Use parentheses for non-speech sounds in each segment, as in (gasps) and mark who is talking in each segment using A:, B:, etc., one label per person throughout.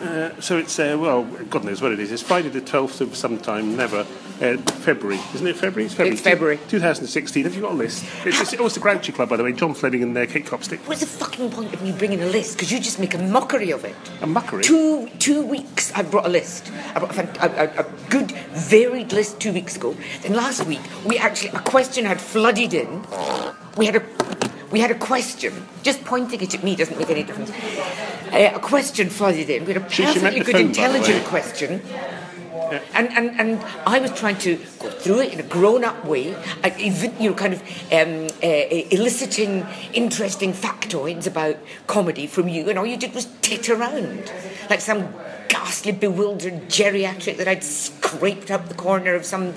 A: Uh, so it's, uh, well, God knows what it is. It's Friday the 12th of sometime, never, uh, February. Isn't it February? It's February.
B: It's February.
A: 2016. Have you got a list? It's, it's, oh, it's the Grouchy Club, by the way. John Fleming and uh, Kate Copstick.
B: What's the fucking point of me bringing a list? Because you just make a mockery of it.
A: A mockery?
B: Two two weeks I've brought a list. I brought a, fant- a, a, a good, varied list two weeks ago. Then last week we actually a question had flooded in. We had a we had a question. Just pointing it at me doesn't make any difference. Uh, a question flooded in. We had a
A: She- she meant
B: perfectly
A: the phone,
B: good,
A: by the
B: intelligent
A: way.
B: question. And, and, and I was trying to go through it in a grown up way, and even, you know, kind of um, uh, eliciting interesting factoids about comedy from you, and all you did was tit around like some ghastly, bewildered geriatric that I'd scraped up the corner of some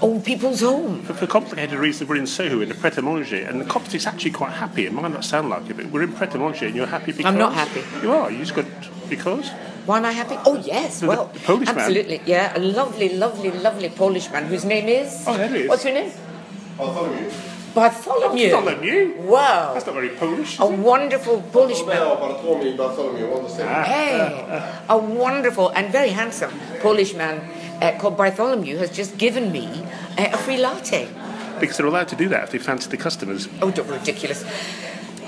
B: old people's home.
A: For, for complicated reasons, we're in Soho in a Pret a Manger, and the Copstic's actually quite happy. It might not sound like it, but we're in Pret a Manger, and you're happy because.
B: not happy.
A: You are. You just got. Because?
B: Why am I happy? Oh, yes,
A: The-
B: well,
A: the Polish man.
B: absolutely, yeah, a lovely, lovely, lovely Polish man whose name is.
A: Oh, there he is.
B: What's your name? Bartholomew. Bartholomew.
A: Bartholomew?
B: Wow.
A: That's not very Polish.
B: A wonderful Polish man.
C: Romeo Bartłomiej Bartholomew, on the same.
B: Hey, a wonderful and very handsome Polish man uh, called Bartholomew has just given me uh, a free latte.
A: Because they're allowed to do that if they fancy the customers.
B: Oh, don't be ridiculous.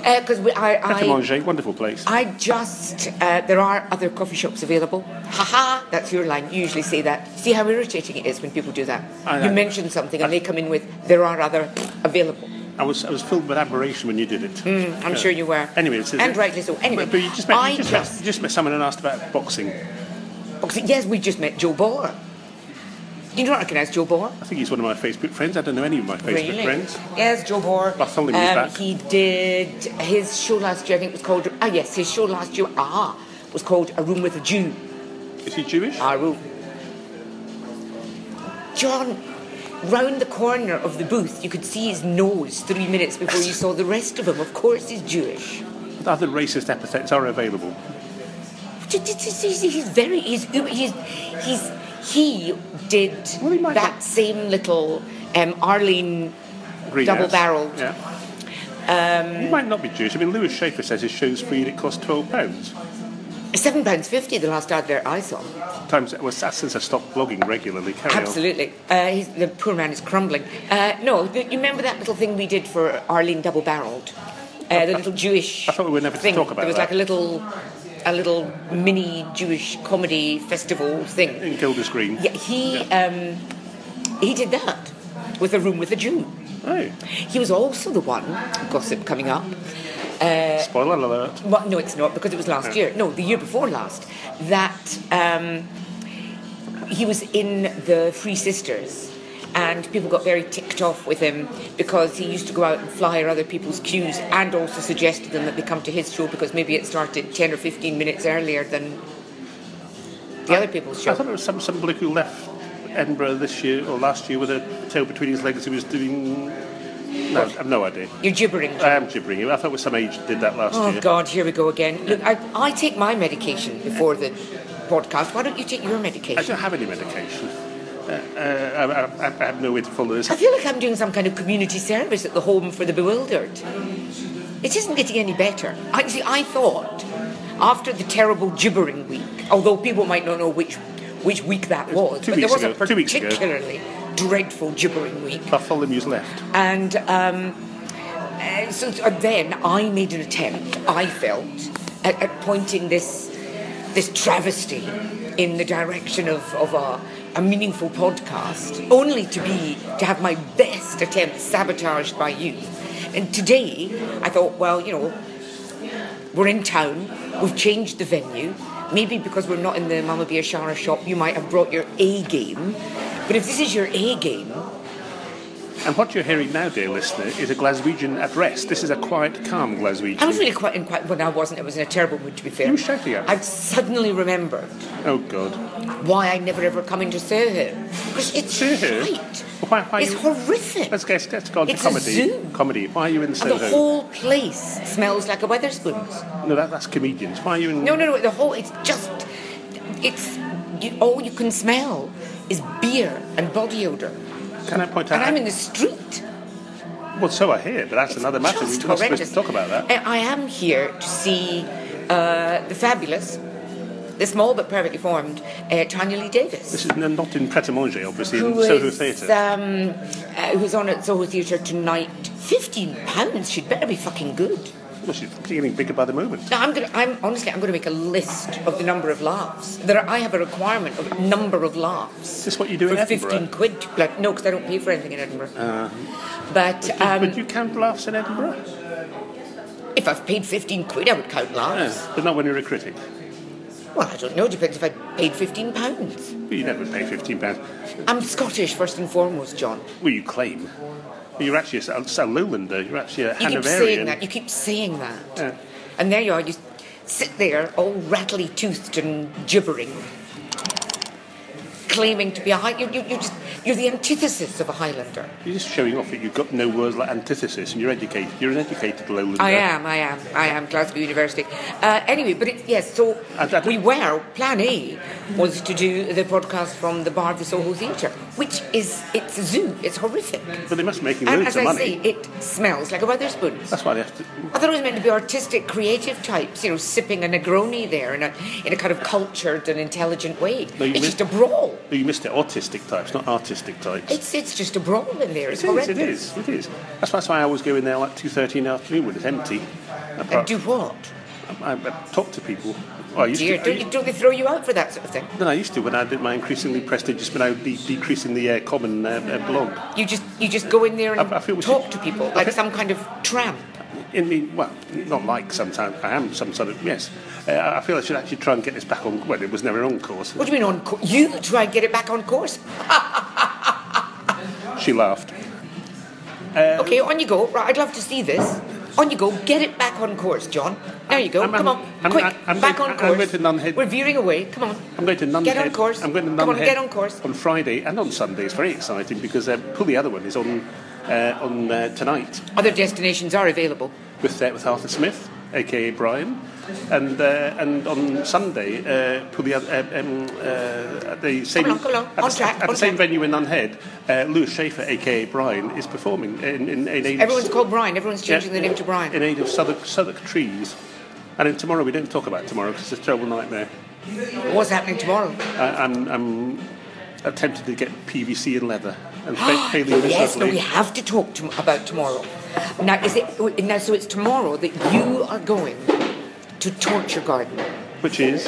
B: Because we I,
A: Pret a
B: I,
A: Manger, wonderful place.
B: I just, uh, there are other coffee shops available. Haha, that's your line. You usually say that. See how irritating it is when people do that.
A: I know.
B: You mention something and they come in with, there are other available.
A: I was I was filled with admiration when you did it.
B: I'm sure you were.
A: Anyway, it's,
B: And rightly so. Anyway,
A: but, but you just met,
B: I
A: you just, met, you just met someone and asked about boxing.
B: Because, yes, we just met Joe Bohr. You don't recognise Joe Bohr?
A: I think he's one of my Facebook friends. I don't know any of my Facebook
B: really?
A: Oh, friends.
B: Yes, Joe Bohr. Um,
A: Bartholomew's back.
B: He did his show last year. I think it was called. Ah, yes, his show last year. Ah, was called A Room with a Jew.
A: Is he Jewish?
B: Our room. John, round the corner of the booth, you could see his nose three minutes before you saw the rest of him. Of course, he's Jewish.
A: Other racist epithets are available.
B: He's he's very. He's he's he's he did
A: Well, he might
B: that
A: have-
B: same little um, Arlene
A: Greenhouse.
B: Double-barreled.
A: Yeah. Um, you might not be Jewish. I mean, Lewis Schaefer says his show's free and it costs twelve pounds.
B: seven pounds fifty. The last advert I saw.
A: Times well, that's since I stopped blogging regularly. Carry on.
B: Absolutely. Uh, he's, the poor man is crumbling. Uh, no, the, you remember that little thing we did for Arlene Double Barreled? Uh, the little Jewish.
A: I thought we were never to
B: thing.
A: talk about
B: There was
A: that.
B: like a little, a little mini Jewish comedy festival thing.
A: In Gildas Green.
B: Yeah, he Um, he did that with a room with a Jew.
A: Oh,
B: He was also the one gossip coming up. Uh,
A: spoiler alert.
B: Well, no, it's not because it was last year. No, the year before last. That um, he was in the Free Sisters, and people got very ticked off with him because he used to go out and flyer other people's cues, and also suggested them that they come to his show because maybe it started ten or fifteen minutes earlier than the other people's
A: I
B: show.
A: thought it was some, some bloke who left Edinburgh this year or last year with a tail between his legs. He was doing. No, I've no idea.
B: You're gibbering.
A: I am gibbering. I thought it was some age that did that last
B: Oh
A: year.
B: God, here we go again. Look, I, I take my medication before the podcast. Why don't you take your medication?
A: I don't have any medication. Uh, uh, I, I, I have no way to follow this.
B: I feel like I'm doing some kind of community service at the home for the bewildered. It isn't getting any better. Actually, I thought after the terrible gibbering week, although people might not know which which week that was,
A: two
B: but there
A: weeks
B: was
A: ago-
B: a
A: two weeks ago.
B: particularly dreadful gibbering week.
A: Bartholomew's left.
B: And um, uh, so uh, then I made an attempt, I felt, at, at pointing this, this travesty in the direction of, of a, a meaningful podcast, only to be to have my best attempt sabotaged by you. And today I thought, well, you know, we're in town, we've changed the venue. Maybe because we're not in the Mama Beer Shara shop, you might have brought your A game. But if this is your A game,
A: And what you're hearing now, dear listener, is a Glaswegian at rest. This is a quiet, calm Glaswegian.
B: I was really quite in quite. Well, I wasn't. I was in a terrible mood, to be fair.
A: You were shouting at me.
B: I've suddenly remembered
A: Oh, God.
B: why I never ever come into Soho because it's
A: Soho?
B: shite.
A: Why- why
B: it's
A: you-
B: horrific.
A: Let's get, let's go on
B: It's
A: to
B: a
A: comedy.
B: zoo.
A: Comedy. Why are you in
B: And the
A: Soho?
B: whole place smells like a Weatherspoons.
A: No, that, that's comedians. Why are you in...
B: No, no, no. The whole. It's just. It's you, all you can smell is beer and body odor,
A: Can I point out...
B: and I'm in the street.
A: Well, so I hear, but that's another matter. We're
B: Just
A: not supposed
B: horrendous.
A: to talk about that.
B: I I am here to see uh, the fabulous, the small but perfectly formed uh, Tanya Lee Davis.
A: This is n- not in Pret a Manger, obviously, in
B: who
A: Soho
B: is
A: Theatre.
B: um, uh, who's on at Soho Theatre tonight. Fifteen pounds. She'd better be fucking good.
A: Well, she's getting bigger by the moment.
B: Now I'm gonna. I'm honestly. I'm gonna make a list of the number of laughs. There, are, I have a requirement of number of laughs.
A: Is this what you do
B: for
A: in Edinburgh?
B: fifteen quid? Like, no, because I don't pay for anything in Edinburgh. but um,
A: Would you count laughs in Edinburgh?
B: if I've paid fifteen quid, I would count laughs.
A: No, but not when you're a critic.
B: Well, I don't know. Depends if I paid fifteen pounds.
A: Well, you never pay fifteen pounds.
B: I'm Scottish first and foremost, John.
A: Well, you claim. Well, you're actually a Sou- South Lowlander. You're actually a
B: You keep saying
A: Hanoverian.
B: that. You keep saying that.
A: Yeah.
B: And there you are. You sit there, all rattly toothed and gibbering, claiming to be a high. You, you, you just you're the antithesis of a Highlander.
A: You're just showing off that you've got no words like antithesis, and you're educated. You're an educated Lowlander.
B: I am. I am. I am Glasgow University. Uh, anyway, but it, yes. So
A: I- I-
B: we were. Plan A was to do the podcast from the bar of the Soho Theatre, which is it's a zoo. It's horrific.
A: But they must be making
B: And
A: loads
B: as
A: of
B: I
A: money.
B: say, it smells like a Wetherspoons.
A: That's why they have to.
B: I thought it was meant to be artistic, creative types, you know, sipping a Negroni there in a, in a kind of cultured and intelligent way.
A: No, you
B: it's
A: missed-
B: just a brawl.
A: No, oh, you missed it. Autistic types, not artistic types.
B: It's, it's just a brawl in there. It's
A: It is, it
B: horrendous.
A: is, it is. That's, that's why I always go in there like 2.30 in the afternoon when it's empty.
B: And
A: Apart-
B: do what?
A: I, I, talk to people. Well, I used
B: Dear,
A: to.
B: don't, you, don't they throw you out for that sort of thing?
A: than I used to when I did my increasingly prestigious, but now de- decreasing the uh, common uh, uh, blog.
B: You just you just go in there and
A: I- I feel we
B: talk
A: should-
B: to people
A: I
B: like
A: feel-
B: some kind of tramp.
A: In the well, not like sometimes I am some sort of yes. Uh, I feel I should actually try and get this back on. Well, it was never on course.
B: What do you mean on course? You try and get it back on course.
A: She laughed.
B: okay, on you go. Right, I'd love to see this. On you go. Get it back on course, John. There you go.
A: I'm-
B: Come
A: I'm-
B: on,
A: I'm-
B: quick.
A: I'm
B: back
A: going-
B: on
A: I'm
B: course.
A: going to Nunhead.
B: We're veering away. Come on.
A: I'm going to Nunhead.
B: Get on course.
A: I'm going to Nunhead.
B: Come on, get on course.
A: On Friday and on Sunday. It's very exciting because uh, pull the other one is on uh, on uh, tonight
B: Other destinations are available.
A: with uh, with Arthur Smith, aka Brian, and uh, and on Sunday uh, pull the other uh, um, uh, at the same
B: along, come along.
A: at the
B: On
A: s-
B: track,
A: at the
B: on
A: same
B: track.
A: venue in Unhead. Uh, Lewis Schaefer, aka Brian, is performing in in, in aid of-
B: Everyone's called Brian. Everyone's
A: Yeah,
B: changing their name to Brian.
A: in aid of Southwark, Southwark trees. And then tomorrow we don't talk about tomorrow because it's a terrible nightmare.
B: What's happening tomorrow?
A: I, I'm, I'm attempted to get PVC and leather
B: (gasps)
A: and fa- failing
B: yes, oh, no,
A: miserably.
B: we have to talk to, about tomorrow. Now, is it now? So it's tomorrow that you are going to Torture Garden,
A: Which is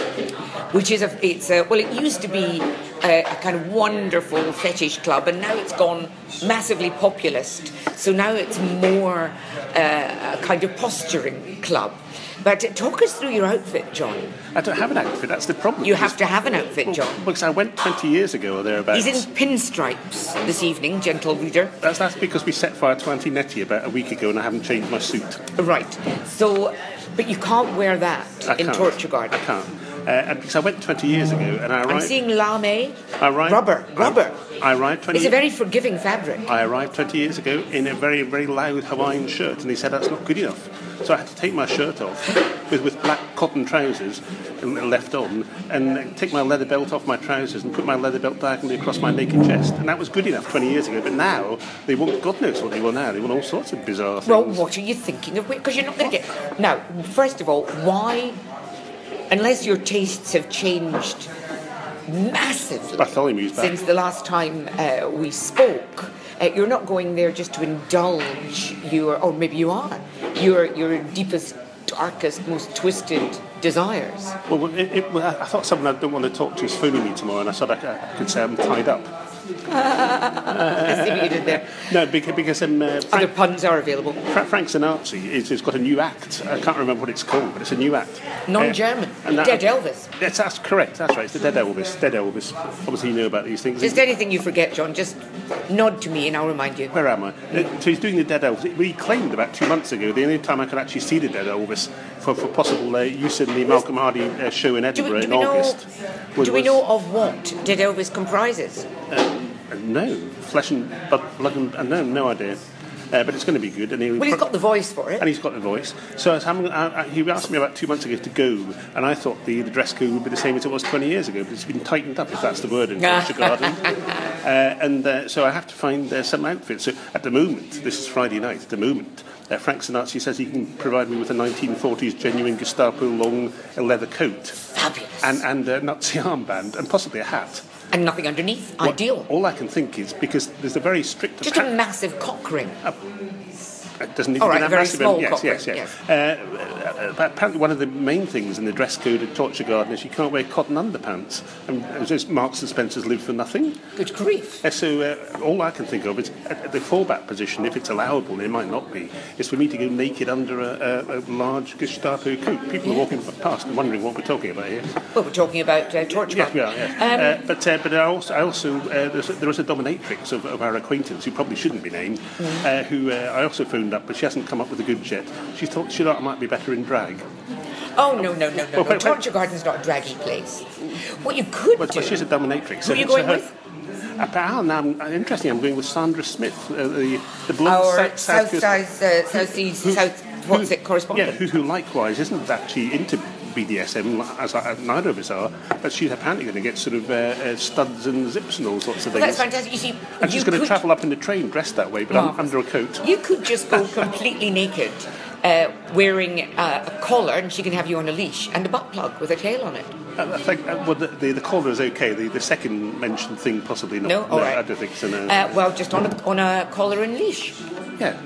B: which is a it's a, well, it used to be a, a kind of wonderful fetish club, and now it's gone massively populist. So now it's more uh, a kind of posturing club. But talk us through your outfit, John.
A: I don't have an outfit. That's the problem.
B: You have to have an outfit,
A: Well,
B: John.
A: because I went 20 years ago or thereabouts.
B: He's in pinstripes this evening, gentle reader.
A: That's, that's because we set fire to Auntie Nettie about a week ago and I haven't changed my suit.
B: Right. So, but you can't wear that
A: I
B: in
A: can't.
B: Torture Garden.
A: I can't. Uh, and because I went 20 years ago and I
B: I'm
A: arrived.
B: seeing lame,
A: I arrived
B: rubber,
A: I-
B: rubber.
A: I, arrived 20
B: It's a very forgiving fabric.
A: I arrived 20 years ago in a very, very loud Hawaiian shirt, and they said that's not good enough. So I had to take my shirt off with, with black cotton trousers and left on, and take my leather belt off my trousers and put my leather belt diagonally across my naked chest. And that was good enough 20 years ago, but now they want, God knows what they want now. They want all sorts of bizarre things.
B: Well, what are you thinking of? Because you're not going to get. Now, first of all, why, unless your tastes have changed massively
A: Bartholomew's back.
B: since the last time uh, we spoke, uh, you're not going there just to indulge your, or maybe you are, your your deepest, darkest, most twisted
A: (laughs)
B: desires.
A: Well, well, it, it, well, I- I thought someone I don't want to talk to is phoning me tomorrow, and I said I, c- I could say I'm tied up.
B: I see what you did there.
A: No, beca- because I'm. Uh,
B: Other
A: Frank,
B: puns are available.
A: Fra- Frank Sinatra is, has got a new act. I can't remember what it's called, but it's a new act.
B: Non-German.
A: Uh, and that-
B: Dead Elvis.
A: That's, that's correct. That's right. It's the Dead Elvis. Dead Elvis. Obviously, you know about these things.
B: Just anything you forget, John, just nod to me and I'll remind you.
A: Where am I? Uh, So he's doing the Dead Elvis. We claimed about two months ago the only time I could actually see the Dead Elvis for, for possible uh, use in the Malcolm Hardy uh, show in
B: Do
A: Edinburgh
B: we, do
A: in
B: we know,
A: August. was-
B: do we
A: was-
B: know of what Dead Elvis comprises?
A: Uh, no, flesh and blood, blood and uh, no, no idea. Uh, but it's going to be good. And he,
B: Well, he's got the voice for it.
A: and he's got the voice. So I was having, I, I, uh, he asked me about two months ago to go, and I thought the, the dress code would be the same as it was 20 years ago, but it's been tightened up, if that's the word in Culture
B: (laughs)
A: Garden. Uh, and uh, so I have to find uh, some outfit. So at the moment, this is Friday night, at the moment, uh, Frank Sinatra says he can provide me with a 1940s genuine Gestapo long leather coat.
B: Fabulous.
A: and, and a Nazi armband, and possibly a hat.
B: And nothing underneath.
A: What-
B: Ideal.
A: All I can think is because there's a very strict.
B: Just a massive cock ring.
A: Uh, It doesn't need
B: All
A: to
B: right,
A: be that
B: very
A: massive.
B: small
A: yes,
B: cockring,
A: yes, yes, Uh, but apparently, one of the main things in the dress code at Torture Garden is you can't wear cotton underpants. And it's just Marks and Spencer's live for nothing.
B: Good grief.
A: Uh, so uh, all I can think of is at at the fallback position, if it's allowable, it might not be, is for me to go naked under a, a, a large Gestapo coat. People are walking past and wondering what we're talking about here.
B: Well, we're talking about uh, torture.
A: Yes, we are. Yes.
B: Um,
A: uh, but uh, but I also, I also uh, there's a, there was a dominatrix of, of our acquaintance who probably shouldn't be named, uh, who uh, I also phoned up, but she hasn't come up with a good jet. She thought she thought I might be better in drag.
B: oh, no, no, no, no.
A: Well,
B: no.
A: wait, wait.
B: Torture Garden's not a draggy place. What you could
A: But,
B: do.
A: but she's a dominatrix.
B: Who are you going with?
A: Apparently, now, I'm- uh, interestingly, I'm going with Sandra Smith, uh, the the blonde
B: Our
A: South,
B: South,
A: Coast-
B: South, uh, South Seas,
A: who-
B: South,
A: who-
B: what's it, correspondent?
A: Yeah, who, who likewise isn't actually into BDSM li- as I, neither of us are, but she's apparently going to get sort of uh, uh, studs and zips and all sorts of
B: Well,
A: things.
B: that's fantastic. You see,
A: And
B: you
A: she's going
B: could Oh.
A: to travel up in the train dressed that way, but un-
B: Marvellous.
A: under a coat.
B: You could just go completely naked, uh, wearing uh, a collar, and she can have you on a leash and a butt plug with a tail on it.
A: Uh, I think uh, well, the, the, the collar is okay. The, the second mentioned thing possibly not.
B: No, all right.
A: I don't think so. No.
B: Uh, well, just on a, on a collar and leash.
A: yeah,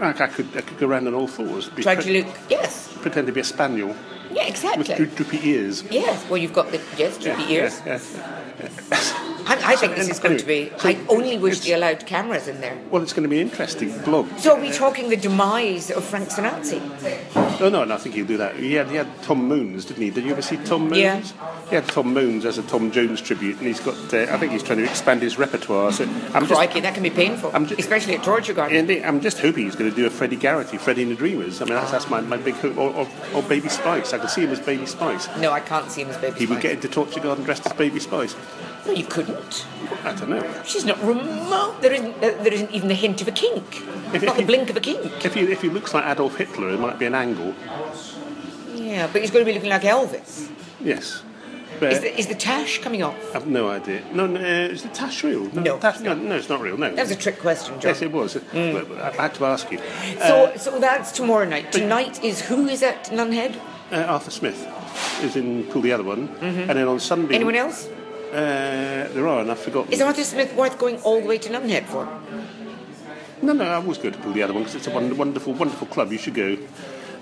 A: like I could I could go around on all fours, be
B: Try
A: pre-
B: to look. Yes.
A: pretend to be a spaniel
B: Yeah,
A: with dro-
B: exactly.
A: droopy ears. (laughs)
B: Yes. Well, you've got the yes, droopy
A: Yeah,
B: ears.
A: yeah, yeah.
B: I, I think this
A: And
B: is going to be.
A: anyway, so
B: I only wish
A: it's-
B: they allowed cameras in there.
A: Well, it's going to be an interesting blog.
B: So are we talking the demise of Frank Sinatra?
A: Oh no, no, I think he'll do that. He had, he had Tom Moons, didn't he? Did you ever see Tom Moons?
B: Yeah.
A: He had Tom Moons as a Tom Jones tribute, and he's got. Uh, I think he's trying to expand his repertoire. So I'm just
B: Crikey, that can be painful,
A: I'm ju-
B: especially at Torture Garden.
A: Indeed, I'm just hoping he's going to do a Freddie Garrity, Freddie and the Dreamers. I mean, that's, that's my, my big hope. Or, or, or Baby Spice. I can see him as Baby Spice.
B: No, I can't see him as baby.
A: He would
B: Spice.
A: get into Torture Garden dressed as Baby Spice.
B: No, you couldn't.
A: I don't know.
B: She's not remote. There isn't. There there isn't even the hint of a kink.
A: If-
B: not
A: if (laughs)
B: the
A: you-
B: blink of a kink.
A: If he, if he looks like Adolf Hitler, it might be an angle.
B: Yeah, but he's going to be looking like Elvis.
A: Yes. But
B: Is the, is the tash coming off?
A: I've no idea. No, no, uh, is the Tash real?
B: No.
A: Tash, no. No, it's not real, no.
B: That was a Mm. trick question, John.
A: yes, it was. But- but I had to ask you.
B: so, so that's tomorrow night. Tonight is who is at Nunhead?
A: Uh, Arthur Smith is in Cool the Other One. And then on Sunday.
B: Mm-hmm. Anyone else?
A: Uh, there are, and I've forgotten.
B: Is Arthur Smith worth going all the way to Nunhead for?
A: No, no, I always go to pull the other one because it's a won- wonderful, wonderful club. You should go.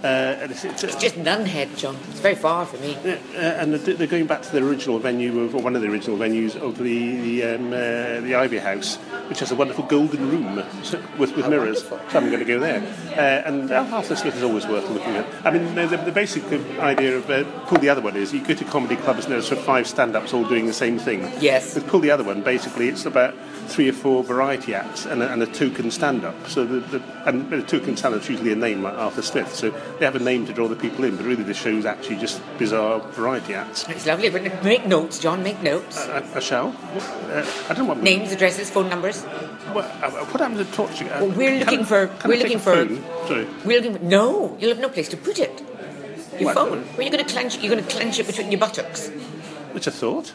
A: Uh, and it's, it's,
B: It's just Nunhead, John. It's very far for me.
A: uh, and they're they're going back to the original venue of or one of the original venues of the the, um, uh, the Ivy House, which has a wonderful golden room so- with, with mirrors. So I'm going to go there. Uh, and uh, Arthur Smith is always worth looking at. I mean, the, the, the basic idea of uh, pull the other one is you go to comedy clubs and there's sort of five stand-ups all doing the same thing.
B: Yes.
A: With pull the other one, basically it's about three or four variety acts and a, and a token stand-up. So the, the and the token stand-up's usually a name like Arthur Smith. So they have a name to draw the people in, but really the show's actually just bizarre variety acts.
B: It's lovely, but make notes, John. Make notes.
A: I, I shall. Uh, I don't want
B: Names, addresses, phone numbers.
A: What, uh, what happened to torture? Uh,
B: Well, we're
A: can-
B: looking for-
A: can I
B: we're
A: take
B: looking
A: a
B: for-
A: phone? Sorry.
B: We're looking. For, no, you'll have no place to put it. Your
A: What?
B: phone. Where are you going to clench? You're going to clench it between your buttocks.
A: Which I thought.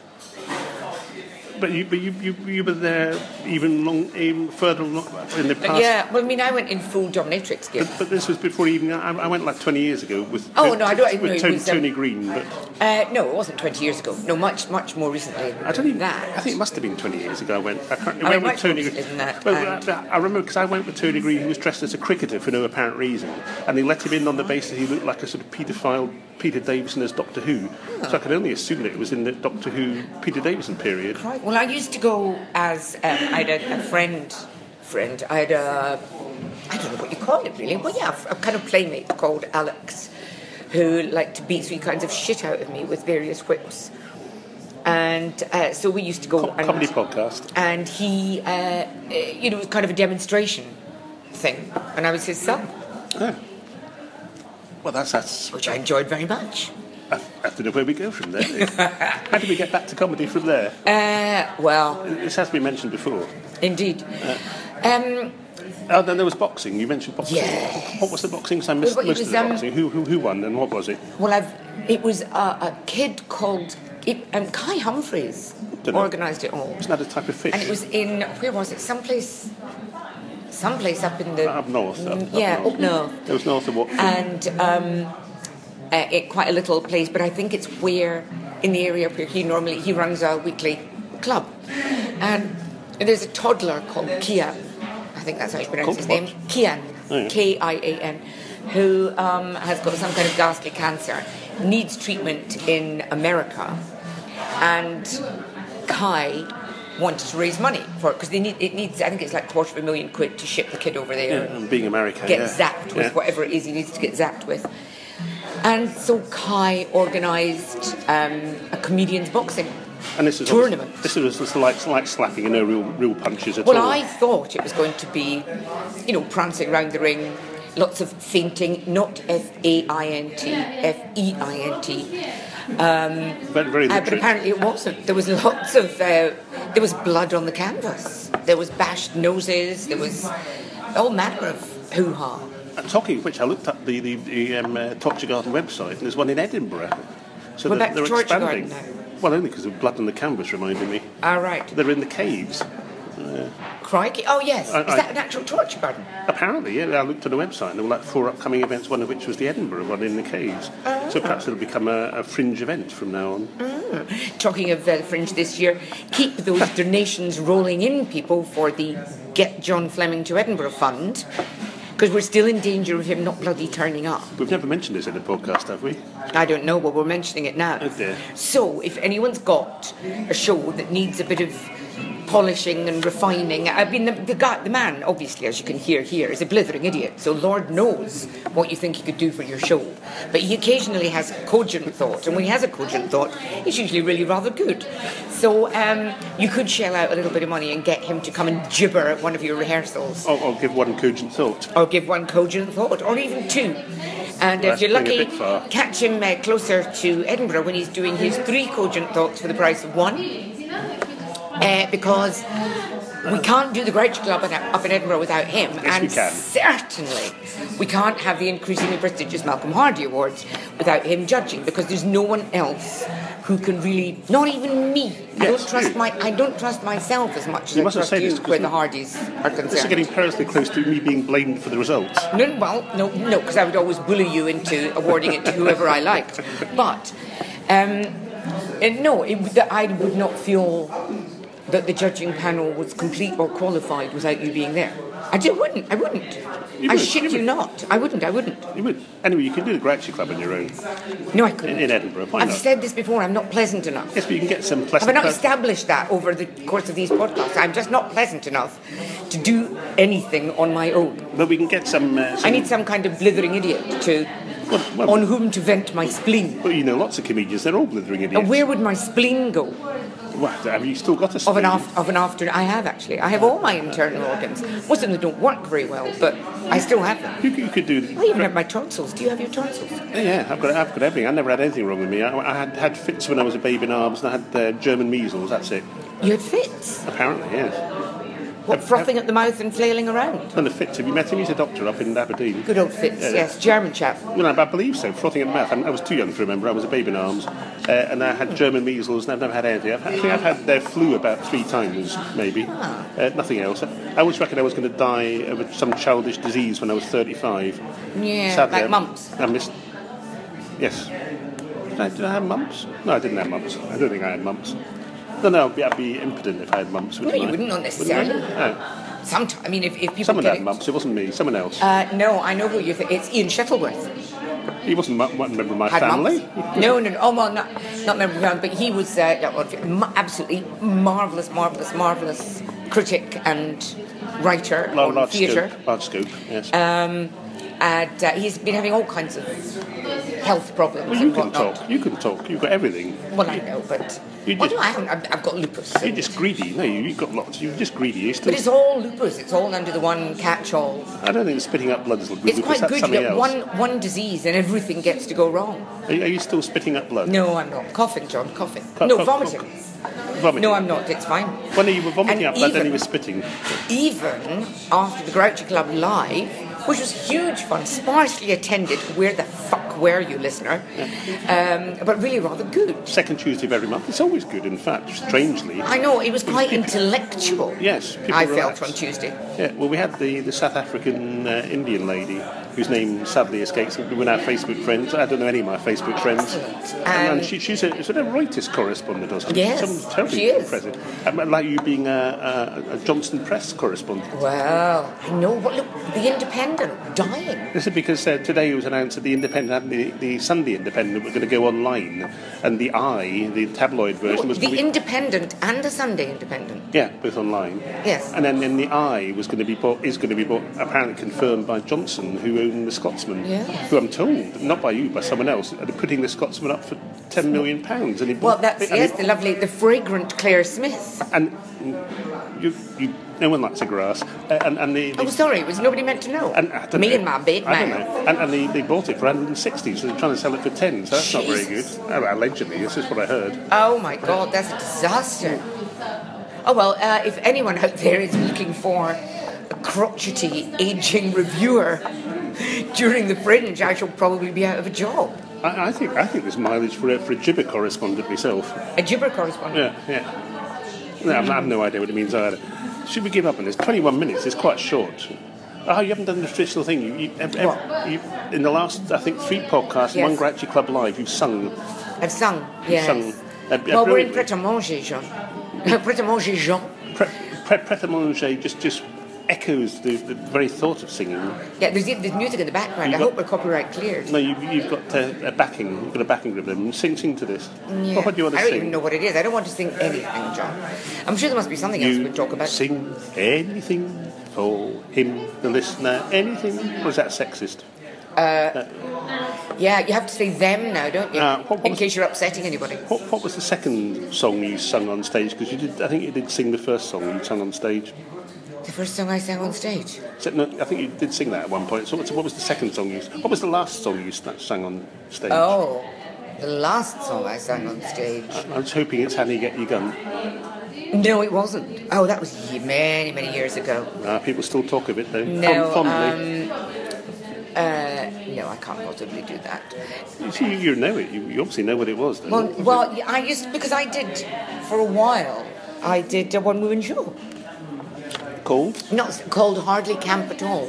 A: But you, but you, you, you were there even long, even further along in the past.
B: Yeah. Well, I mean, I went in full dominatrix gear.
A: But, but this was before even I, I went like twenty years ago with
B: Oh, no, I don't- I
A: with
B: know it
A: Tony,
B: was, um,
A: Tony Green. But
B: Uh, no, it wasn't 20 years ago. No, much, much more recently.
A: I don't even.
B: than that.
A: I think it must have been twenty years ago. I went. I, can't,
B: I
A: went
B: mean,
A: with
B: much
A: Tony.
B: more than that,
A: Well,
B: and-
A: I, I remember because I went with Tony Green, who was dressed as a cricketer for no apparent reason, and they let him in on the basis he looked like a sort of paedophile Peter Davison as Doctor Who. So I can only assume that it was in the Doctor Who Peter Davison period.
B: Right. Well, I used to go as um, I had a, a friend, friend. I had a, I don't know what you call it really. Well, yeah, a kind of playmate called Alex, who liked to beat three kinds of shit out of me with various whips, and uh, so we used to go
A: Co-
B: and
A: comedy podcast.
B: and he, uh, uh, you know, it was kind of a demonstration thing, and I was his son,
A: Well, that's that's.
B: which I enjoyed very much.
A: I, I don't know where we go from there.
B: (laughs)
A: How do we get back to comedy from there?
B: Uh, well,
A: This has been mentioned before.
B: indeed. Um,
A: Oh, then there was boxing. You mentioned boxing.
B: Yes.
A: What was the boxing? 'Cause I missed
B: Well, it
A: most
B: was,
A: of the
B: um,
A: boxing. Who, who, who won and what was it?
B: Well, I've, it was a, a kid called it, um, Kai Humphreys
A: Dunno.
B: organised it all,
A: Isn't that a type of fish?
B: and it was in where was it? Someplace, someplace up in the
A: up north. Up, up
B: yeah,
A: north.
B: up north,
A: It was north of what?
B: uh, and um, uh, it quite a little place, but I think it's where in the area where he normally he runs our weekly club, and there's a toddler called Kian. I think that's how you pronounce his
A: Called
B: name. Kian,
A: Oh, yeah.
B: K I A N, who um, has got some kind of ghastly cancer, needs treatment in America, and Kai wanted to raise money for it because they need it needs I think it's like quarter of a million quid to ship the kid over there
A: And um, being American.
B: get
A: yeah.
B: zapped with
A: Yeah.
B: whatever it is he needs to get zapped with. And so Kai organised um, a comedians boxing.
A: And this is
B: tournament.
A: This is just like, like slapping and no real, real punches at
B: Well,
A: all.
B: I thought it was going to be, you know, prancing around the ring, lots of fainting, not F A I N T, F E I N T.
A: Very, very
B: Uh, but
A: literate.
B: apparently it wasn't. There was lots of, uh, there was blood on the canvas. There was bashed noses. There was all manner of hoo ha.
A: And talking of which, I looked up the, the, the um, uh, Torture Garden website, and there's one in Edinburgh. So
B: We're
A: they're,
B: back to
A: they're
B: Torture
A: expanding.
B: Garden
A: Well, only because of blood on the canvas reminded me.
B: All right.
A: They're in the caves.
B: Crikey. Oh, yes.
A: I-
B: Is
A: I-
B: that an actual torture garden?
A: Apparently, yeah, I looked on the website, and there were like four upcoming events, one of which was the Edinburgh one in the caves.
B: Oh.
A: So perhaps it'll become a, a fringe event from now on.
B: Talking of uh, Fringe this year, keep those donations rolling in, people, for the Get John Fleming to Edinburgh Fund, because we're still in danger of him not bloody turning up.
A: We've never mentioned this in the podcast, have we?
B: I don't know, but we're mentioning it now.
A: Oh, dear.
B: So, if anyone's got a show that needs a bit of polishing and refining, I mean, the, the guy, the man, obviously, as you can hear here, is a blithering idiot. So, Lord knows what you think he could do for your show. But he occasionally has cogent thought, and when he has a cogent thought, it's usually really rather good. So, um, you could shell out a little bit of money and get him to come and gibber at one of your rehearsals
A: I'll, I'll give one cogent thought.
B: or give one cogent thought, or even two. And
A: Well,
B: if you're
A: that's going a
B: lucky,
A: bit far.
B: catch him uh, closer to Edinburgh when he's doing his three cogent thoughts for the price of one. Uh, because we can't do the Grouch Club in- up in Edinburgh without him. and
A: we can.
B: certainly we can't have the increasingly prestigious Malcolm Hardy Awards without him judging, because there's no one else who can really, not even me. I
A: Yes,
B: don't trust
A: you.
B: my, I don't trust myself as much as
A: You
B: I
A: mustn't
B: trust
A: say
B: you
A: this because
B: where
A: we-
B: the Hardys are concerned.
A: This is getting perilously close to me being blamed for the results.
B: No, well, no, no, because I would always bully you into awarding it to whoever I liked. But um, eh, no, it, would- that I would not feel that the judging panel was complete or qualified without you being there. I just wouldn't. I wouldn't.
A: You
B: I
A: would,
B: shit
A: you
B: you
A: would.
B: not. I wouldn't. I wouldn't.
A: You would. Anyway, you can do the Grouchy Club on your own
B: No, I couldn't.
A: in, in Edinburgh. Why
B: I've
A: not?
B: said this before. I'm not pleasant enough.
A: Yes, but you can get some
B: Have I
A: pleasant.
B: not
A: pers-
B: established that over the course of these podcasts? I'm just not pleasant enough to do anything on my own.
A: but we can get some. Uh, some
B: I need some kind of blithering idiot to,
A: Well, well-
B: on whom to vent my spleen.
A: Well, you know, lots of comedians. They're all blithering idiots.
B: And where would my spleen go
A: Well, have you still got a?
B: of
A: spleen?
B: an, af- of an afternoon? I have actually. I have all my internal organs. Most of them don't work very well, but I still have them.
A: You, could- you could do. the-
B: I even have my tonsils. Do you have your tonsils?
A: Yeah, I've got, I've got everything. I never had anything wrong with me. I, I had, had fits when I was a babe in arms, and I had uh, German measles. That's it.
B: You had fits.
A: Apparently, yes.
B: What, frothing at the mouth and flailing around?
A: And the fits. Have you met him? He's a doctor up in Aberdeen.
B: Good old fits,
A: Yeah.
B: yes. German chap.
A: Well, I, I believe so. Frothing at the mouth. I, I was too young to remember. I was a babe in arms, uh, and I had German measles, and I've never had anything. I've, actually, I've had their flu about three times, maybe. Uh, nothing else. I always reckoned I was going to die uh, with some childish disease when I was 35.
B: Yeah,
A: Sadly,
B: like
A: I-
B: mumps.
A: I missed. Yes. Did I, did I have mumps? No, I didn't have mumps. I don't think I had mumps. No, no, I'd be, I'd be impotent if I had mumps.
B: No,
A: wouldn't
B: you
A: I?
B: wouldn't, not
A: I?
B: necessarily.
A: No.
B: Sometimes, I mean, if, if people
A: Someone
B: get
A: had
B: it.
A: mumps. It wasn't me. Someone else.
B: Uh, no, I know who you think. It's Ian Shuttleworth.
A: he wasn't mu- one member of my
B: had
A: family.
B: mumps. No, no, no. Oh, well, not, not member of Crown, but he was uh, yeah, well, m- absolutely marvellous, marvellous, marvellous critic and writer
A: Large,
B: on
A: large
B: theatre. Uh,
A: scoop. Large scoop. Yes.
B: And uh, he's been having all kinds of health problems
A: well, you
B: and
A: can
B: whatnot.
A: talk. You can talk. You've got everything.
B: Well, I know, but.
A: You
B: well,
A: just-
B: no, I haven't. I've, I've got lupus.
A: You're just greedy. No, you, you've got lots. You're just greedy. You're still,
B: But it's all lupus. It's all under the one catch-all.
A: I don't think spitting up blood is lupus.
B: It's quite
A: That's
B: good. You
A: something
B: get
A: else.
B: one, one disease and everything gets to go wrong.
A: Are, you, are you still spitting up blood?
B: No, I'm not. Coughing, John, coughing.
A: Cough,
B: no,
A: cough, cough.
B: vomiting.
A: Vomiting.
B: No, I'm not. It's fine.
A: Well, no, you were vomiting
B: And
A: up blood, then
B: even-
A: you were spitting.
B: even after the Grouchy Club Live, which was huge fun, sparsely attended. Where the fuck not where you, listener, um, but really rather good.
A: Second Tuesday of every month. It's always good, in fact, strangely.
B: I know, it was quite intellectual.
A: Yes, people
B: I
A: relax.
B: felt on Tuesday.
A: Yeah, well, we had the, the South African uh, Indian lady whose name sadly escapes me. We're now Facebook friends. I don't know any of my Facebook friends.
B: Excellent.
A: And,
B: Um,
A: she, she's a sort of Reuters correspondent or something.
B: Yes,
A: Some terribly
B: she is.
A: impressive. Um, like you being a, a, a Johnson Press correspondent.
B: Well, I know, but look, the independent, dying.
A: This is because uh, today it was announced that the Independent, and the, the Sunday Independent, were going to go online, and the I, the tabloid version, was
B: The
A: going to be
B: independent and the Sunday independent.
A: yeah, both online.
B: Yes.
A: And then, then the I was going to be bought, is going to be bought, apparently confirmed by Johnson, who owned the Scotsman,
B: Yeah.
A: who I'm told, not by you, by someone else, are putting the Scotsman up for ten million pounds, and he
B: Well,
A: bought.
B: that's,
A: and he-
B: yes, the lovely, the fragrant Claire Smith.
A: and you, you, no one likes a grass, Uh, and and the. the
B: Oh, sorry, it was nobody meant to know.
A: and, I don't
B: Oh, Me
A: know.
B: and my big
A: I don't
B: mouth.
A: know. And, and they, they bought it for 160, so they're trying to sell it for 10, so that's not very good. Oh,
B: Jesus.
A: Well, allegedly, this is what I heard.
B: Oh my God, that's a disaster. Oh well, uh, if anyone out there is looking for a crotchety, aging reviewer (laughs) during the fringe, I shall probably be out of a job.
A: I, I think I think there's mileage for a, for a jibber correspondent myself.
B: A gibber correspondent.
A: Yeah, yeah. No, I've- I have no idea what it means either. Should we give up on this? 21 minutes is quite short. Oh, you haven't done the traditional thing. You, you, ev ev-
B: What?
A: you, in the last, I think, three podcasts,
B: Yes.
A: one Grouchy Club Live, you've sung.
B: I've sung. Yes.
A: sung a- a
B: well, we're in
A: brilliant-
B: Pret a Manger, Jean. (laughs) Pret a Manger, Jean.
A: Pre- pre- Pret a Manger just, just echoes the, the very thought of singing.
B: Yeah, there's, there's music in the background.
A: You
B: I
A: got-
B: hope we're copyright cleared.
A: No, you, you've got uh, a backing. You've got a backing group. Then sing, sing to this. What, what do you want to
B: I don't
A: sing?
B: even know what it is. I don't want to sing anything, John. I'm sure there must be something else
A: You
B: we'll talk about.
A: sing anything for him, the listener. Anything. Or is that sexist?
B: Yeah, you have to say them now, don't you?
A: Uh, what
B: in
A: was-
B: case you're upsetting anybody.
A: What, what was the second song you sung on stage? Because you did. I think you did sing the first song you sung on stage.
B: The first song I sang on stage.
A: So, no, I think you did sing that at one point. So what's, what was the second song you? What was the last song you sna- sang on stage?
B: Oh, the last song I sang on stage.
A: I was hoping it's "How Do You Get Your Gun."
B: No, it wasn't. Oh, that was ye- many, many years ago.
A: Uh, people still talk of it though. Fond-
B: No,
A: fondly.
B: No, I can't possibly do that.
A: You see, you, you know it. You, you obviously know what it was. Then.
B: um, Well, well, yeah, I used because I did for a while. I did a one-woman show.
A: Cold.
B: Not s- called Hardly Camp at all.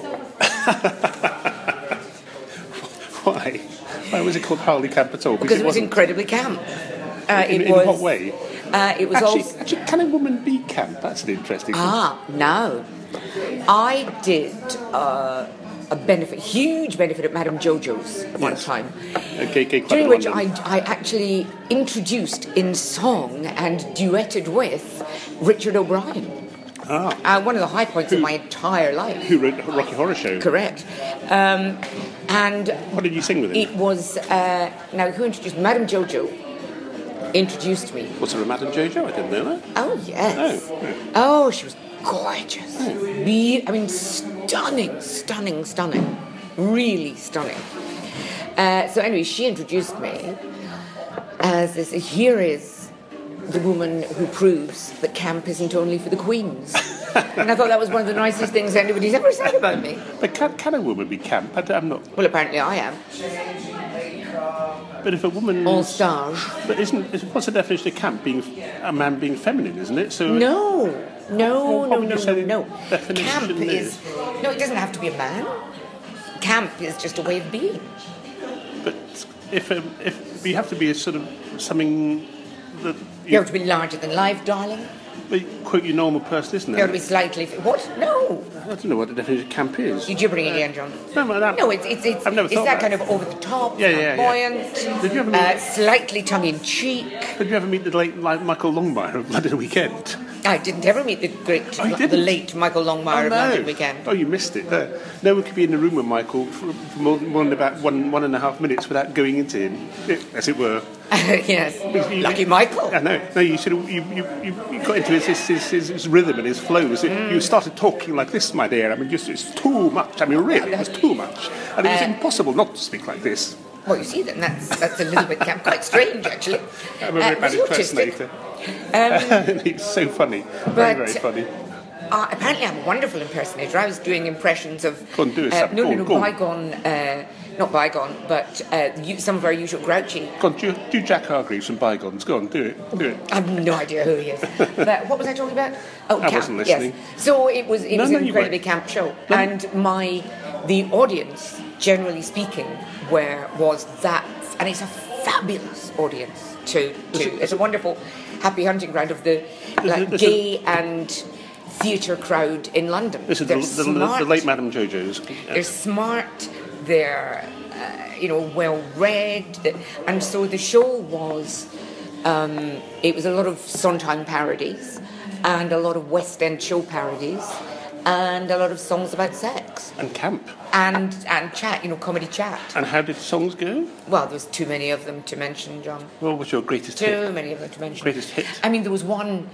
A: Why? Why was it called Harley Camp at all?
B: because it was
A: wasn't-
B: incredibly camp. Uh,
A: in,
B: it
A: in
B: was,
A: what way?
B: Uh, it was
A: Actually,
B: also
A: actually, can a woman be camp? That's an interesting.
B: ah no, I did uh, a benefit, huge benefit at Madame Jojo's at one
A: Yes.
B: time,
A: question. Okay, okay,
B: during
A: quite
B: which I,
A: London.
B: I actually introduced in song and duetted with Richard O'Brien.
A: ah,
B: Uh, one of the high points of my entire life.
A: who wrote the Rocky Horror Show?
B: Correct. Um, and
A: What did you sing with him?
B: it was uh, now who introduced Madame Jojo introduced me
A: Was there a Madame Jojo? I didn't know that.
B: Oh yes.
A: Oh, yeah.
B: Oh, she was gorgeous. Be- I mean, stunning, stunning, stunning, really stunning. Uh, so anyway, she introduced me as this. Here is the woman who proves that camp isn't only for the queens. and I thought that was one of the nicest things anybody's ever said about me.
A: But can, can a woman be camp? I, am not.
B: Well, apparently I am.
A: But if a woman,
B: En stage.
A: but isn't is- what's the definition of camp? Being a man being feminine, isn't it? So
B: No, no,
A: Well,
B: no,
A: what would you
B: no,
A: say
B: no,
A: the
B: no.
A: Oh, definition
B: Camp
A: is?
B: is no. It doesn't have to be a man. Camp is just a way of being.
A: But if um, if you have to be a sort of something that
B: You have to be larger than life, darling.
A: be quote your normal person, isn't
B: You have to
A: it?
B: be slightly. What? No,
A: I don't know what the definition of camp is.
B: you're gibbering again, John.
A: No, no, no.
B: No, it's it's it's,
A: I've never
B: it's
A: thought
B: that
A: about
B: kind of over the top,
A: Yeah, yeah, yeah.
B: flamboyant,
A: Did you ever meet-
B: uh, slightly tongue in cheek.
A: Did you ever meet the late like, Michael Longmire of London Weekend?
B: I didn't ever meet the great,
A: Oh, you
B: the
A: didn't?
B: late Michael Longmire of London Weekend. (laughs)
A: Oh, you missed it. No, no one could be in a room with Michael for, for more, than, more than about one one and a half minutes without going into him, i- as it were.
B: yes, lucky Michael.
A: I know. No, you sort of you, you, you, you got into his his, his, his his rhythm and his flows.
B: Mm.
A: You started talking like this, my dear. I mean, just it's too much. I mean, really, it was too much, and it was
B: Uh,
A: impossible not to speak like this.
B: Well, you see, then that's that's a little bit camp. Quite strange, actually.
A: (laughs) I'm a very
B: Uh, was
A: bad
B: he autistic?
A: impersonator. (laughs) Um, He's so funny, very
B: but-
A: very funny.
B: Uh, apparently, I'm a wonderful impersonator. I was doing impressions of
A: Go on, do us
B: uh,
A: some.
B: no,
A: Go
B: no,
A: on,
B: no,
A: go on.
B: bygone uh, not bygone, but uh, you, some of our usual grouchy.
A: Go on, do, do Jack Hargreaves and bygones. Go on, do it. Do it.
B: I've no idea who
A: (laughs)
B: he is. but what was I talking about? Oh,
A: I
B: camp.
A: wasn't listening.
B: Yes. So it was it
A: No,
B: was
A: no,
B: an
A: you
B: incredibly
A: weren't.
B: camp show, and my the audience, generally speaking, where was that, and it's a fabulous audience to to. It's a wonderful happy hunting ground of the like,
A: this is-
B: gay and theatre crowd in London.
A: This is the,
B: They're
A: the, the, the
B: smart.
A: late Madame Jojo's.
B: They're smart. They're uh, you know well read, and so the show was. Um, it was a lot of Sondheim parodies, and a lot of West End show parodies, and a lot of songs about sex
A: And camp.
B: and and chat. You know, comedy chat.
A: And how did songs go?
B: Well, there was too many of them to mention, John.
A: What was your greatest hit?
B: Too many of them to mention.
A: Greatest hit.
B: I mean, there was one,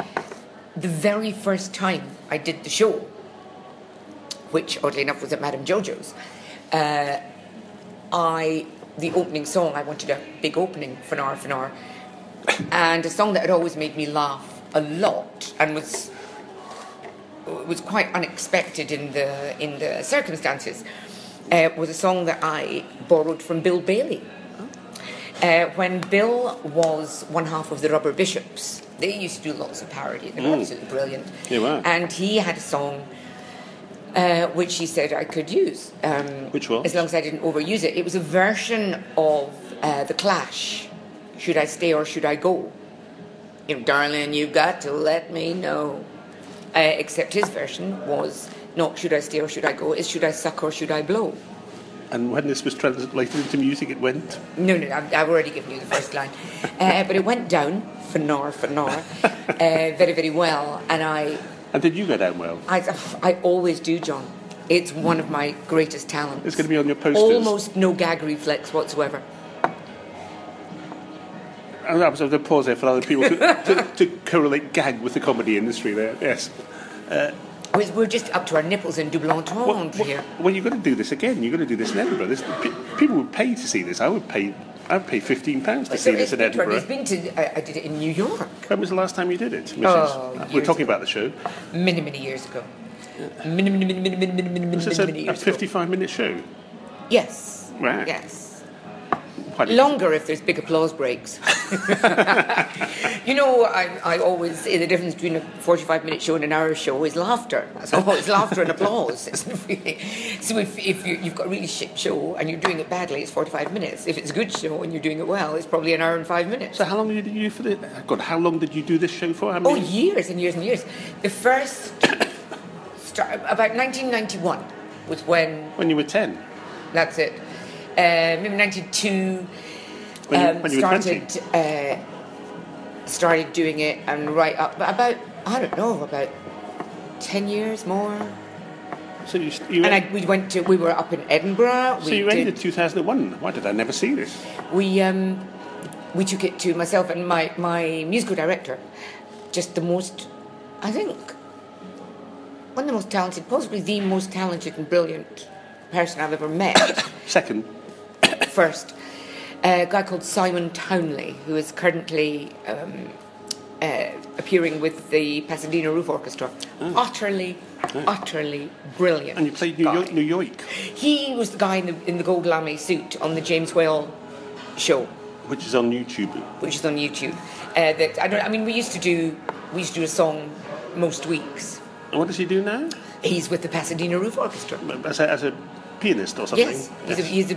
B: the very first time I did the show, which oddly enough was at Madame Jojo's. Uh, I the opening song I wanted a big opening for an hour for an hour, and a song that had always made me laugh a lot and was was quite unexpected in the in the circumstances. Uh, was a song that I borrowed from Bill Bailey. Uh, when Bill was one half of the Rubber Bishops, they used to do lots of parody. They were absolutely brilliant.
A: They were.
B: And he had a song uh, which he said I could use. Um,
A: Which was?
B: As long as I didn't overuse it. It was a version of uh, The Clash Should I Stay or Should I Go? You know, darling, you've got to let me know. Uh, except his version was not should I stay or should I go, it's should I suck or should I blow.
A: And when this was translated into music, it went.
B: No, no, I've, I've already given you the first line. Uh, but it went down for nor, for nor, uh, very, very well. And I,
A: And did you go down well?
B: I, I always do, John. It's one of my greatest talents.
A: It's going to be on your posters.
B: Almost no gag reflex whatsoever.
A: And that was a pause there for other people
B: (laughs)
A: to, to, to correlate gag with the comedy industry there. Yes.
B: We're we're just up to our nipples in double
A: Well,
B: entendre here.
A: well, you're going to do this again. You're going to do this in Edinburgh. This, pe- people would pay to see this. I would pay. I would pay fifteen pounds to see
B: So
A: this in
B: it's-
A: Edinburgh.
B: It's been to, I, I did it in New York
A: When was the last time you did it? Mrs.
B: Oh,
A: we're
B: years
A: talking about the show.
B: many, many years ago. Many, many, many, many, many, many, many,
A: This
B: many,
A: is
B: many
A: a, a
B: years ago.
A: fifty-five minute show.
B: Yes.
A: Wow.
B: Yes.
A: Quite a-
B: Longer if there's big applause breaks. you know, I, I always say the difference between a 45 minute show and an hour show is laughter. That's all. It's laughter and applause. It's really- so if, if you, you've got a really shit show and you're doing it badly, it's 45 minutes. If it's a good show and you're doing it well, it's probably an hour and five minutes.
A: So how long did you do for the? God, how long did you do this show for? How
B: Oh,
A: many?
B: years and years and years. The first, (coughs) start, about 1991 was when,
A: When you were ten.
B: that's it. Uh, maybe 92
A: When you,
B: um,
A: when you were
B: started
A: twenty.
B: uh, started doing it and right up but about I don't know about ten years more.
A: So you, you,
B: And I, we went to we were up in Edinburgh.
A: so
B: we
A: you ended 2001. Why did I never see this?
B: we um, we took it to myself and my my musical director, just the most, I think, one of the most talented, possibly the most talented and brilliant person I've ever met.
A: Second.
B: first. A guy called Simon Townley, who is currently um, uh, appearing with the Pasadena Roof Orchestra. Utterly, utterly
A: Ah.
B: brilliant.
A: And you played New
B: guy.
A: York. New York,
B: He was the guy in the, in the gold lame suit on the James Whale show,
A: which is on YouTube.
B: which is on YouTube. Uh, that I don't. I mean, we used to do we used to do a song most weeks.
A: And what does he do now?
B: He's with the Pasadena Roof Orchestra.
A: As a, as a pianist or something.
B: Yes,
A: Yes.
B: he's, A, he's a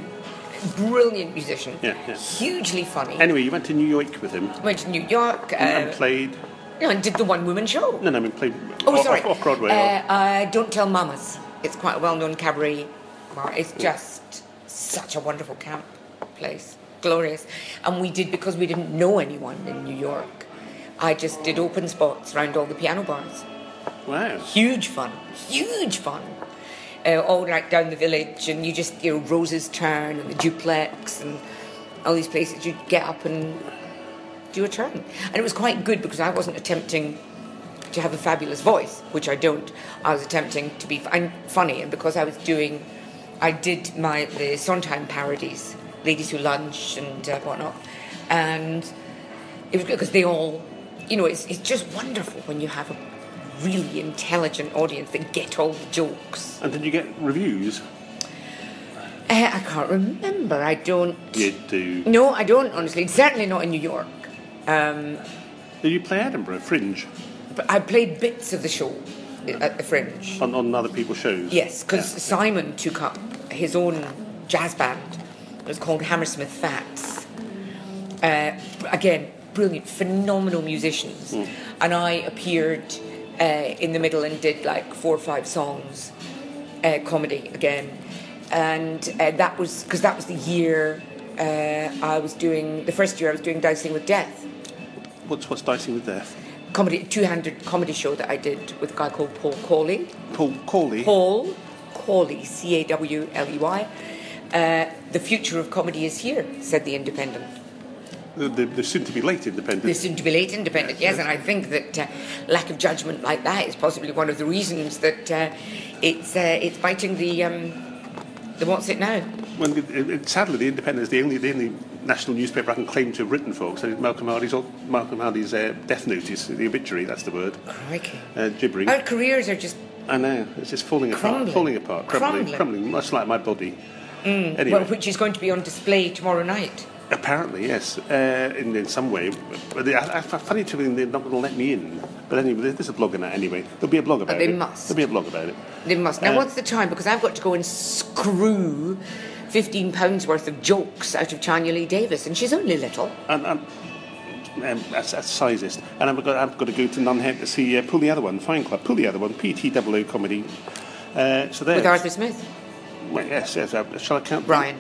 B: brilliant musician.
A: Yeah, yeah.
B: Hugely funny.
A: Anyway, you went to New York with him
B: went to New York. Uh,
A: and played.
B: No, and did the one woman show.
A: No, no, I mean played
B: Oh,
A: off,
B: sorry.
A: off Broadway. oh.
B: Uh,
A: or-
B: uh, Don't Tell Mamas. It's quite a well known cabaret. bar. It's just such a wonderful camp place. Glorious. And we did, because we didn't know anyone in New York, I just did open spots around all the piano bars.
A: wow.
B: Huge fun. Huge fun. Uh, all right down the village, and you just, you know, Rose's Turn and the Duplex and all these places. You'd get up and do a turn. And it was quite good because I wasn't attempting to have a fabulous voice, which I don't. I was attempting to be and funny, and because I was doing, I did my the Sondheim parodies, Ladies Who Lunch and uh, whatnot, and it was good because they all, you know, it's it's just wonderful when you have a really intelligent audience that get all the jokes.
A: And did you get reviews?
B: Uh, I can't remember. I don't.
A: You do.
B: No, I don't, honestly. Certainly not in New York. Um,
A: Did you play Edinburgh Fringe
B: but I played bits of the show at the Fringe.
A: on, on other people's shows?
B: Yes, because
A: Yeah.
B: Simon took up his own jazz band. It was called Hammersmith Fats. Uh, again, brilliant, phenomenal musicians. And I appeared uh, in the middle and did like four or five songs, uh, comedy again. And uh, that was because that was the year uh, I was doing, the first year I was doing Dicing with Death
A: What's what's dicing with death?
B: comedy, two-handed comedy show that I did with a guy called Paul Cawley.
A: Paul Corley.
B: Paul Cawley, C A W L E Y. Uh, the future of comedy is here, said the Independent.
A: The, the, the soon to be late independent.
B: They soon to be late Independent, yes, and I think that uh, lack of judgment like that is possibly one of the reasons that uh, it's uh, it's biting the um, the what's it now?
A: Well, it- it- it- sadly, the Independent is the only, the only national newspaper I can claim to have written for because Malcolm Hardy's, Malcolm Hardy's uh, death notice, the obituary, that's the word,
B: Crikey.
A: uh, gibbering.
B: Our careers are just
A: I know, it's just falling apart,
B: Oh. Crumbling.
A: falling apart, crumbling,
B: Crumbling. Mm.
A: crumbling, much like my body. anyway,
B: well, which is going to be on display tomorrow night.
A: apparently, yes, uh, in, in some way. But they, I, I find it they're not going to let me in. But anyway, there's a blog on that anyway. There'll be a blog about
B: they
A: it.
B: must.
A: There'll be a blog about it.
B: They must. Now,
A: Uh,
B: what's the time? Because I've got to go and screw fifteen pounds worth of jokes out of Chania Lee Davis, and she's only little.
A: and, and um, that's, that's sizist. And I've got, I've got to go to Nunhead to see uh, Pull the Other One, Fine Club, Pull the Other One, PTWO comedy. Uh, so there.
B: With Arthur Smith.
A: Well, yes, yes. Uh, shall I count?
B: Brian.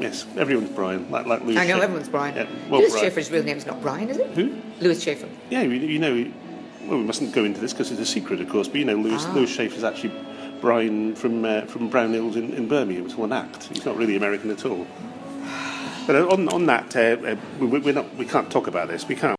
A: Yes, everyone's Brian, like, like Lewis
B: I know
A: Schaefer.
B: everyone's Brian.
A: Yeah, well,
B: Lewis
A: Brian.
B: Schaefer's real name's not Brian, is it?
A: Who?
B: Lewis Schaefer.
A: Yeah, you, you know, well, we mustn't go into this because it's a secret, of course, but you know, Lewis,
B: Ah.
A: Lewis Schaefer is actually Brian from, uh, from Brown Hills in, in Birmingham. It's one act. He's not really American at all. But uh, on, on that, uh, uh, we, we're not, we can't talk about this. We can't.